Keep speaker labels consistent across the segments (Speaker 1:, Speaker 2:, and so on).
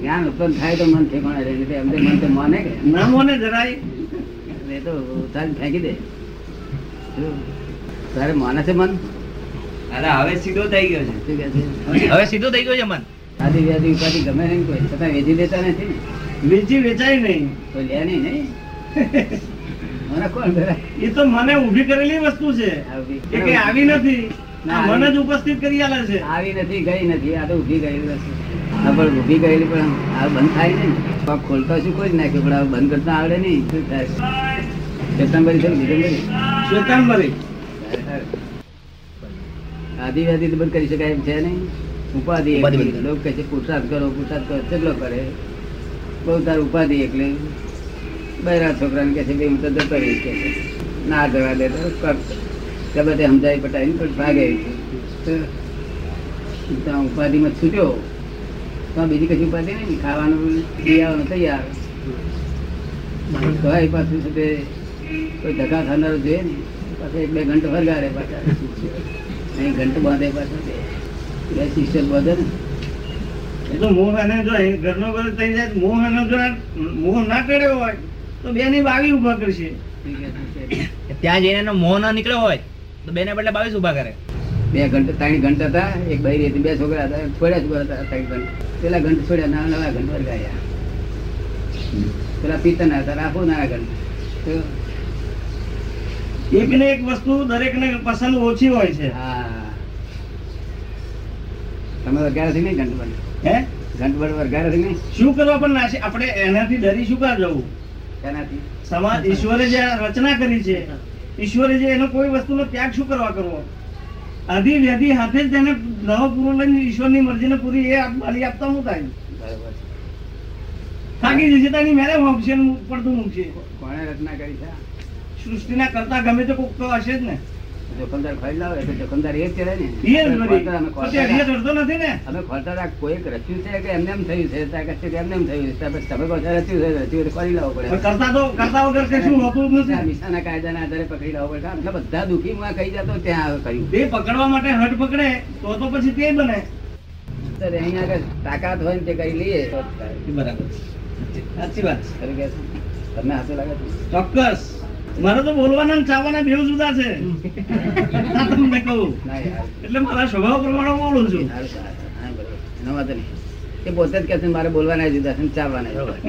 Speaker 1: જ્ઞાન ઉત્પન્ન થાય તો મન ઠેકાણે રહે નહીં એમને મન તો માને કે
Speaker 2: ના મોને જરાય
Speaker 1: એ તો ઉતારી ફેંકી દે શું? તારે માને છે મન
Speaker 2: અરે હવે સીધો થઈ ગયો છે
Speaker 1: શું કહે છે
Speaker 3: હવે સીધો થઈ ગયો છે મન
Speaker 1: આદિ વ્યાધિ ઉપાધિ ગમે નહીં કોઈ છતાં વેચી દેતા નથી ને
Speaker 2: વેચી વેચાય નહીં
Speaker 1: કોઈ લે નહીં નહીં મને કોણ ધરાય?
Speaker 2: એ તો મને ઊભી કરેલી વસ્તુ છે એ કઈ આવી નથી
Speaker 1: ના,
Speaker 2: આ મને જ
Speaker 1: આવી.
Speaker 2: ઉપસ્થિત કરી આલે છે
Speaker 1: આવી નથી ગઈ નથી આ તો ઊભી ગયેલી વસ્તુ છે. આ પણ ઊભી ગયેલી પણ આ બંધ થાય નહીં આ ખોલતા શું કોઈ જ નાખ્યું પણ આ બંધ કરતા આવડે નહીં શું થાય કેતનભાઈ છે ને ભીખમભાઈ?
Speaker 2: શ્વેતાંબરી
Speaker 1: આદિવાદી તો બંધ કરી શકાય એમ છે નહીં ઉપાધિ
Speaker 3: ઉપાધિ
Speaker 1: એકલી.
Speaker 3: બંધ.
Speaker 1: લોકો કહે છે પુરુષાર્થ કરો પુરુષાર્થ કરો કેટલો કરે બહુ તાર ઉપાધિ એકલે બૈરા છોકરાને કહે છે "ભઈ હું તો જતો રહીશ," કહે છે. ના જવા દે તો કર તે બધે સમજાવી પટાવીને પણ ભાગે છે. તો ત્યાં ઉપાધિમાં છૂટ્યો તો આ બીજી કશી ઉપાધિ નહીં ને. ખાવાનું પીવાનું તૈયાર કહેવાય પાછું છે તે કોઈ ધક્કા ખાનારો જોઈએ ને પાછો એક બે ઘંટો ફરગાડે પાછા અહીં ઘંટ બાંધે પાછો બે બે શિક્ષક બાંધે ને
Speaker 2: એ તો મોહ એને જો એ ઘરનો ઘર થઈ જાય તો મોહ એનો જો આ મોહ ના કર્યો હોય તો બેની બાવી ઊભા કરશે
Speaker 1: શું કહે છે તે?
Speaker 3: ત્યાં જઈને એનો મોહ ના નીકળ્યો હોય તો બેને બદલે બાવીસ ઉભા કરે
Speaker 1: બે ઘંટ ત્રણ ઘંટ હતા એક બૈરી હતી બે છોકરા હતા છોડ્યા છોકરા હતા ત્રણ ઘંટ પેલા ઘંટ છોડ્યા નાના નવા ઘંટ વરગાયા પેલા પિત્તના હતા રાખો નાના ઘંટ તો
Speaker 2: એકને એક વસ્તુ દરેકને પસંદ ઓછી હોય છે
Speaker 1: હા તમે વરગાડ્યા છે નહીં ઘંટ બંધ
Speaker 2: હે
Speaker 1: ઘંટ બંધ વરગાડ્યા છે નહીં
Speaker 2: શું કરવા પણ ના છે આપણે એનાથી ડરી શું કા જવું
Speaker 1: તેનાથી
Speaker 2: સમાજ ઈશ્વરે જે આ રચના કરી છે ઈશ્વરે જે એનો કોઈ વસ્તુનો ત્યાગ શું કરવા કરવો આધી વ્યાધિ હાથે જ તેને નવો પૂરો લઈને ઈશ્વરની મરજીને પૂરી એ આપ- બલી આપતા હું થાય
Speaker 1: બરાબર છે.
Speaker 2: થાકી જશે તાની મેરે વંશે ને પડતું મૂકશે
Speaker 1: કોણે રચના કરી છે
Speaker 2: સૃષ્ટિના કરતા ગમે તે કોક તો હશે જ ને
Speaker 1: જોખમદાર ખોઈ લાવે તો જોખમદાર એ જ કહેવાય ને
Speaker 2: રિયલ
Speaker 1: અમે
Speaker 2: બધી.
Speaker 1: ખોલતા- અમે
Speaker 2: તો ત્યાં રિયલ
Speaker 1: ખોલતા-
Speaker 2: અડધો નથી ને
Speaker 1: અમે ખોલતા હતા કોઈક રચ્યું છે કે એમને એમ થયું છે ત્યાં કહે છે કે એમને એમ થયું છે ત્યાં પછી તમે કહો છો રચ્યું છે રચ્યું એટલે ખોલી લાવવું
Speaker 2: પણ
Speaker 1: પડે
Speaker 2: કરતા તો કરતા વગર કે શું હોતું જ
Speaker 1: આ
Speaker 2: નથી
Speaker 1: મિસાના કાયદાના આધારે પકડી લાવવું પડે આટલા બધા દુઃખી માં કહી જતો ત્યાં આવે કર્યું
Speaker 2: તે પકડવા માટે હટ પકડે તો તો પછી તે બને
Speaker 1: તો અહીંયા આગળ તાકાત હોય ને તે કરી લઈએ તો જ થાય.
Speaker 2: બરાબર સાચી વાત છે.
Speaker 1: ખરું કે છે? તમને હાથું લાગે છે?
Speaker 2: ચોક્કસ મારે તો બોલવાના ને ચાવવાના બેવ જુદા છે આ તમને કહું
Speaker 1: ના યાર.
Speaker 2: એટલે મારા સ્વભાવ પ્રમાણે બોલું છું
Speaker 1: સારું, સારું, સારું. હા, બરાબર. એનો વાંધો નહીં. એ પોતે જ કહે છે મારે બોલવાના જુદા છે ને ચાલવાના જુદા છે.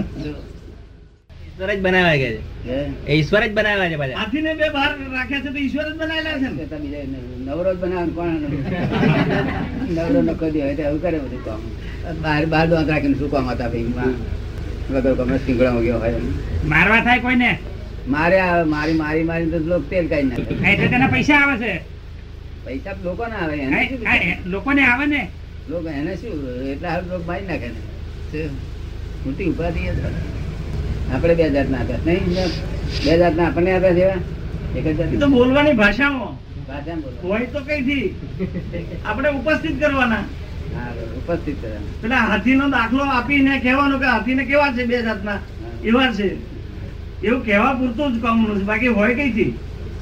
Speaker 3: ઈશ્વર જ બનાવ્યા કે છે
Speaker 1: હે?
Speaker 3: એ ઈશ્વર જ બનાવ્યા છે પાછા
Speaker 2: હાથી ને બે બહાર રાખ્યા છે તો ઈશ્વર જ બનાવેલા છે ને
Speaker 1: છતાં બીજા ન- નવરો જ બનાવે ને કોણ નવરો નખો દે હોય તો એવું કરે બધું કામ બહાર બહાર દોંત રાખીને શું કામ હતા ભાઈ માં? વગર કામે શીંગડા વગ્યા હોય એમ.
Speaker 2: મારવા થાય કોઈને
Speaker 1: મારે આ- મારી મારી મારી તો લોક તેલ કાઢી નાખે
Speaker 2: એટલે તેના પૈસા આવે છે
Speaker 1: પૈસા લોકો ના આવે એને શું?
Speaker 2: લોકોને આવે ને
Speaker 1: લોકો એને શું એટલા હાલ લોકો મારી નાખે ને શું? મોટી ઉપાધિ છે. આપણે બે જાતના આપ્યા છે. નહીં બે જાતના આપણને આપ્યા છે એવા? એક જ
Speaker 2: એ તો
Speaker 1: જાતના?
Speaker 2: બોલવાની ભાષામાં
Speaker 1: ભાષામાં બોલો.
Speaker 2: હોય તો કઈ થી આપણે ઉપસ્થિત કરવાના
Speaker 1: હા, બરોબર. ઉપસ્થિત કરવાનું.
Speaker 2: પેલા હાથીનો દાખલો આપીને કહેવાનો કે હાથીને કેવા છે બે જાતના એવા છે એવું કહેવા પૂરતું જ કામનું છે બાકી હોય કઈ થી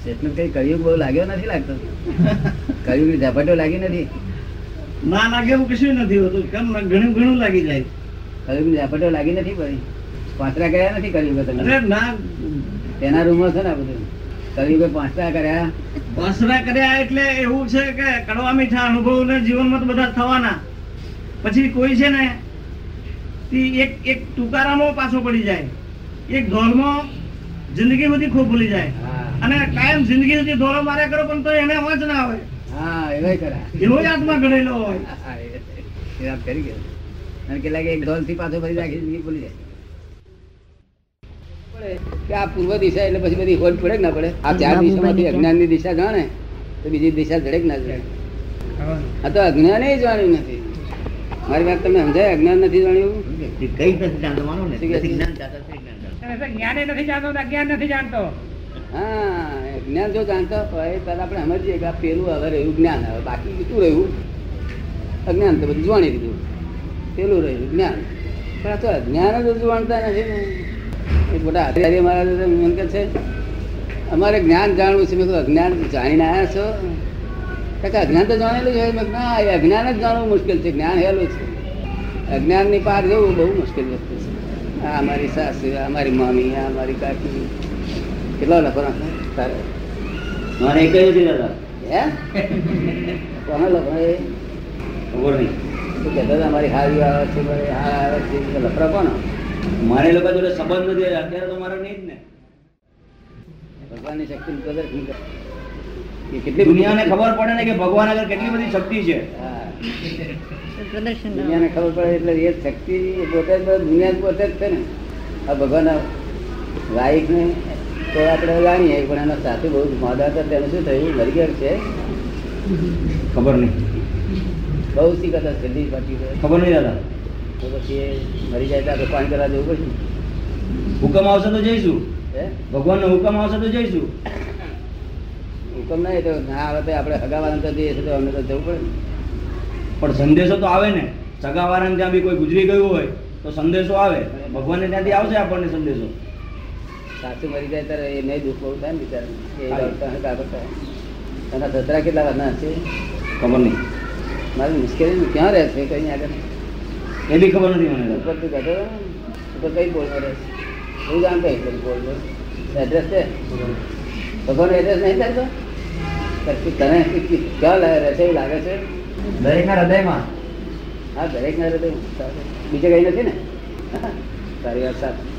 Speaker 1: શેઠને કઈ કળિયુગ બહુ લાગ્યો નથી લાગતો કળિયુગ ઝપાટો લાગી નથી
Speaker 2: ના લાગે એવું કશું નથી હોતું કેમ ના- ઘણું ઘણું લાગી જાય
Speaker 1: કળિયુગ ઝપાટો લાગી નથી પડી પાંચરા કર્યા નથી કળિયુગે
Speaker 2: અરે
Speaker 1: તમે
Speaker 2: ના
Speaker 1: તેના રૂમો છે ને આ બધું કળિયુગે પાંચરા કર્યા
Speaker 2: વાસના કર્યા એટલે એવું છે કે કડવા મીઠા અનુભવ ને જીવનમાં તો બધા થવાના પછી કોઈ છે ને તે એક એક તુકારામાં પાછો પડી જાય એક ધોલમાં જિંદગી બધી ખોભલી જાય
Speaker 1: હા
Speaker 2: અને કાયમ જિંદગી સુધી ધોરો માર્યા કરો પણ તો એને વાંચ ના આવે
Speaker 1: હા એવાય કર્યા
Speaker 2: એવો જ આત્મા ઘડેલો હોય
Speaker 1: હા, એ એ વાત કરી ગયો અને કેટલાક એક ડોલથી પાછો ફરી રાખી જિંદગી ભૂલી જાય પડે કે આ પૂર્વ દિશા એટલે પછી બધી હોડ પડે કે ના પડે આ ચાર દિશામાંથી અજ્ઞાનની દિશા જાણે તો બીજી દિશા જડે કે ના જડે આ તો અજ્ઞાન એ જાણ્યું નથી મારી વાત તમને સમજાય અજ્ઞાન નથી જાણ્યું
Speaker 3: કઈ નથી જાણવાનું
Speaker 1: શું કહે છે?
Speaker 2: જ્ઞાને નથી જાણતો અજ્ઞાન નથી જાણતો
Speaker 1: હા જ્ઞાન જો જાણતા હોય ત્યારે આપણે સમજીએ કે આ પેલું હવે રહ્યું જ્ઞાન હવે બાકી કેટલું રહ્યું અજ્ઞાન તો બધું જાણી લીધું પેલું રહ્યું જ્ઞાન પણ આ તો અજ્ઞાન જ જાણતા નથી ને એ મોટા આચાર્ય મહારાજ તો એમ કહે છે અમારે જ્ઞાન જાણવું છે મેં કીધું અજ્ઞાન જાણીને આવ્યા છો કાકા અજ્ઞાન તો જાણેલું છે મેં કીધું, ના એ અજ્ઞાન જ જાણવું મુશ્કેલ છે જ્ઞાન હેલું છે અજ્ઞાનની પાર જવું બહુ મુશ્કેલ વસ્તુ છે આ અમારી સાસુ આ અમારી મામી આ અમારી કાકી કેટલો લખો નાખે તારે
Speaker 4: મને એ કહ્યું છે દાદા
Speaker 1: હે કોને લખો એ
Speaker 4: ખબર નહીં
Speaker 1: તું કહેતો હતો અમારી હારી આવે છે મારી હા આવે છે એ લફરા કોનો
Speaker 4: મારે એ લોકો જોડે સંબંધ નથી અત્યારે તો મારો નહીં જ ને
Speaker 1: ભગવાનની શક્તિની કદર શું કરે? એ કેટલી
Speaker 4: દુનિયાને ખબર પડે ને કે ભગવાન આગળ કેટલી બધી શક્તિ છે
Speaker 1: હા
Speaker 5: પ્રદર્શન
Speaker 1: દુનિયાને ખબર પડે એટલે એ શક્તિ એ પોતે જ બધી દુનિયા પોતે જ છે ને આ ભગવાન વાઈફ ને તો આપણે જાણીએ પણ એના સાથે બહુ માદા હતા તેને શું થયું મરી ગયા છે
Speaker 4: ખબર નહીં
Speaker 1: બહુ શી કદાચ જલ્દી બાકી રહે.
Speaker 4: ખબર નહીં દાદા
Speaker 1: તો પછી એ મરી જાય તો આપણે પાણી કરવા જવું પડશે
Speaker 4: હુકમ આવશે તો જઈશું
Speaker 1: હે
Speaker 4: ભગવાનનો હુકમ આવશે તો જઈશું
Speaker 1: હુકમ ના એ તો ના આવે તો આપણે હગાવાના તો જઈએ છે તો અમને તો જવું પડે ને.
Speaker 4: પણ સંદેશો તો આવે ને સગાવાળાને ત્યાં બી કોઈ ગુજરી ગયું હોય તો સંદેશો આવે ભગવાનને ત્યાંથી આવશે આપણને સંદેશો
Speaker 1: સાસુ મરી જાય ત્યારે એ નહીં દુઃખ બહુ થાય ને બિચારાને. એ વાગતા હરખા કરતા. એના સસરા કેટલા વારના હશે
Speaker 4: ખબર નહીં
Speaker 1: મારી મુશ્કેલી ક્યાં રહે છે કઈ આગળ
Speaker 4: એ બી ખબર નથી મને દાદા.
Speaker 1: ઉપર તું બેઠો ઉપર કઈ બોલમાં રહે એવું જાણ કઈ કઈ બોલમાં એડ્રેસ છે ભગવાન એડ્રેસ નહીં ચાલતો પછી તને ક્યાં લાગે રહે છે એવું લાગે છે
Speaker 4: દરેકના હૃદયમાં
Speaker 1: હા દરેક ના રહે બીજે કઈ નથી ને હા, તારી વાત સાચી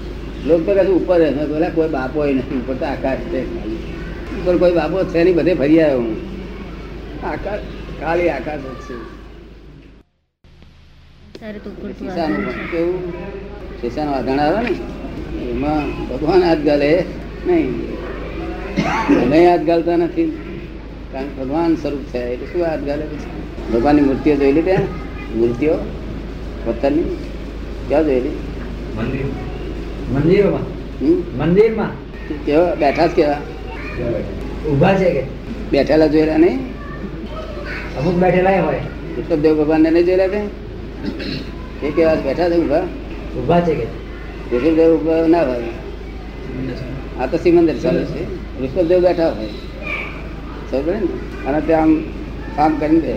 Speaker 1: લોક તો કશું ઉપર રહે બોલે કોઈ બાપો નથી ઉપર તો આકાશ છે ઉપર કોઈ બાપો છે નહીં બધે ફરી આવ્યો હું આકાશ ખાલી આકાશ જ છે
Speaker 5: સારું તું પૂરતું
Speaker 1: શીશાનું
Speaker 5: વાંચવાનું
Speaker 1: પણ
Speaker 5: છે.
Speaker 1: કેવું શીશાનું આધાણ આવે ને એમાં ભગવાન હાથ ગાલે નહીં તમે હાથ ગાલતા નથી કારણ કે ભગવાન સ્વરૂપ છે એટલે શું હાથ ગાલે પછી ભગવાનની મૂર્તિઓ જોઈ લીધી મૂર્તિઓ પથ્થરની ક્યાં જોયેલી
Speaker 2: મંદિરોમાં
Speaker 1: હમ?
Speaker 2: મંદિરમાં
Speaker 1: કેવા બેઠા જ કેવા
Speaker 2: ઊભા છે કે
Speaker 1: બેઠેલા જોયેલા નહીં
Speaker 2: અમુક બેઠેલા હોય
Speaker 1: વિષ્ણુદેવ ભગવાનને નહીં જોયેલા તે એ કેવા છે? બેઠા છે ઊભા
Speaker 2: ઊભા છે કે
Speaker 1: ઋષભદેવ ઊભા ના હોય આ તો સિમંદર ચાલે છે ઋષભદેવ બેઠા હોય સમજે ને અને ત્યાં આમ કામ કરીને દે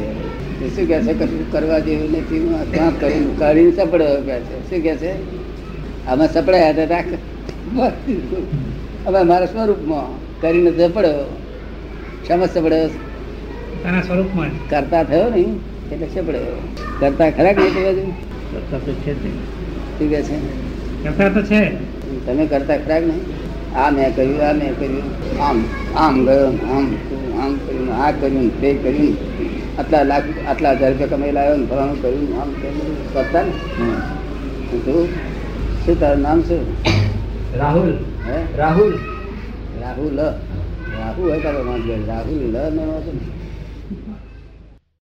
Speaker 1: એ શું કહે છે કશું કરવા જેવું નથી હું આ ત્યાં કરીને કરીને સપડાયો કહે છે શું કહે છે આમાં સપડાયા હતા રાખ હવે મારા સ્વરૂપમાં કરીને સપડાયો શેમાં સપડાયો
Speaker 2: તારા સ્વરૂપમાં
Speaker 1: કરતા થયો ને એટલે સપડાયો કરતા ખરા કે નહીં તે બાજુ?
Speaker 2: કરતા તો છે
Speaker 1: શું કહે છે
Speaker 2: કરતા તો છે
Speaker 1: તમે કરતા ખરાક નહીં આ મેં કર્યું આ મેં કર્યું આમ આમ ગયો ને આમ કર્યું, આમ કર્યું ને આ કર્યું ને તે કર્યું ને આટલા લાખ આટલા હજાર રૂપિયા કમાઈ લાવ્યો ને ફલાણું કર્યું ને આમ કર્યું કરતા ને હું કહું, શું તારું નામ શું
Speaker 2: રાહુલ
Speaker 1: હે
Speaker 2: રાહુલ
Speaker 1: રાહુલ રાહુ હોય તારો વાંધો નહીં. રાહુલ લ નો વાંધો નહીં.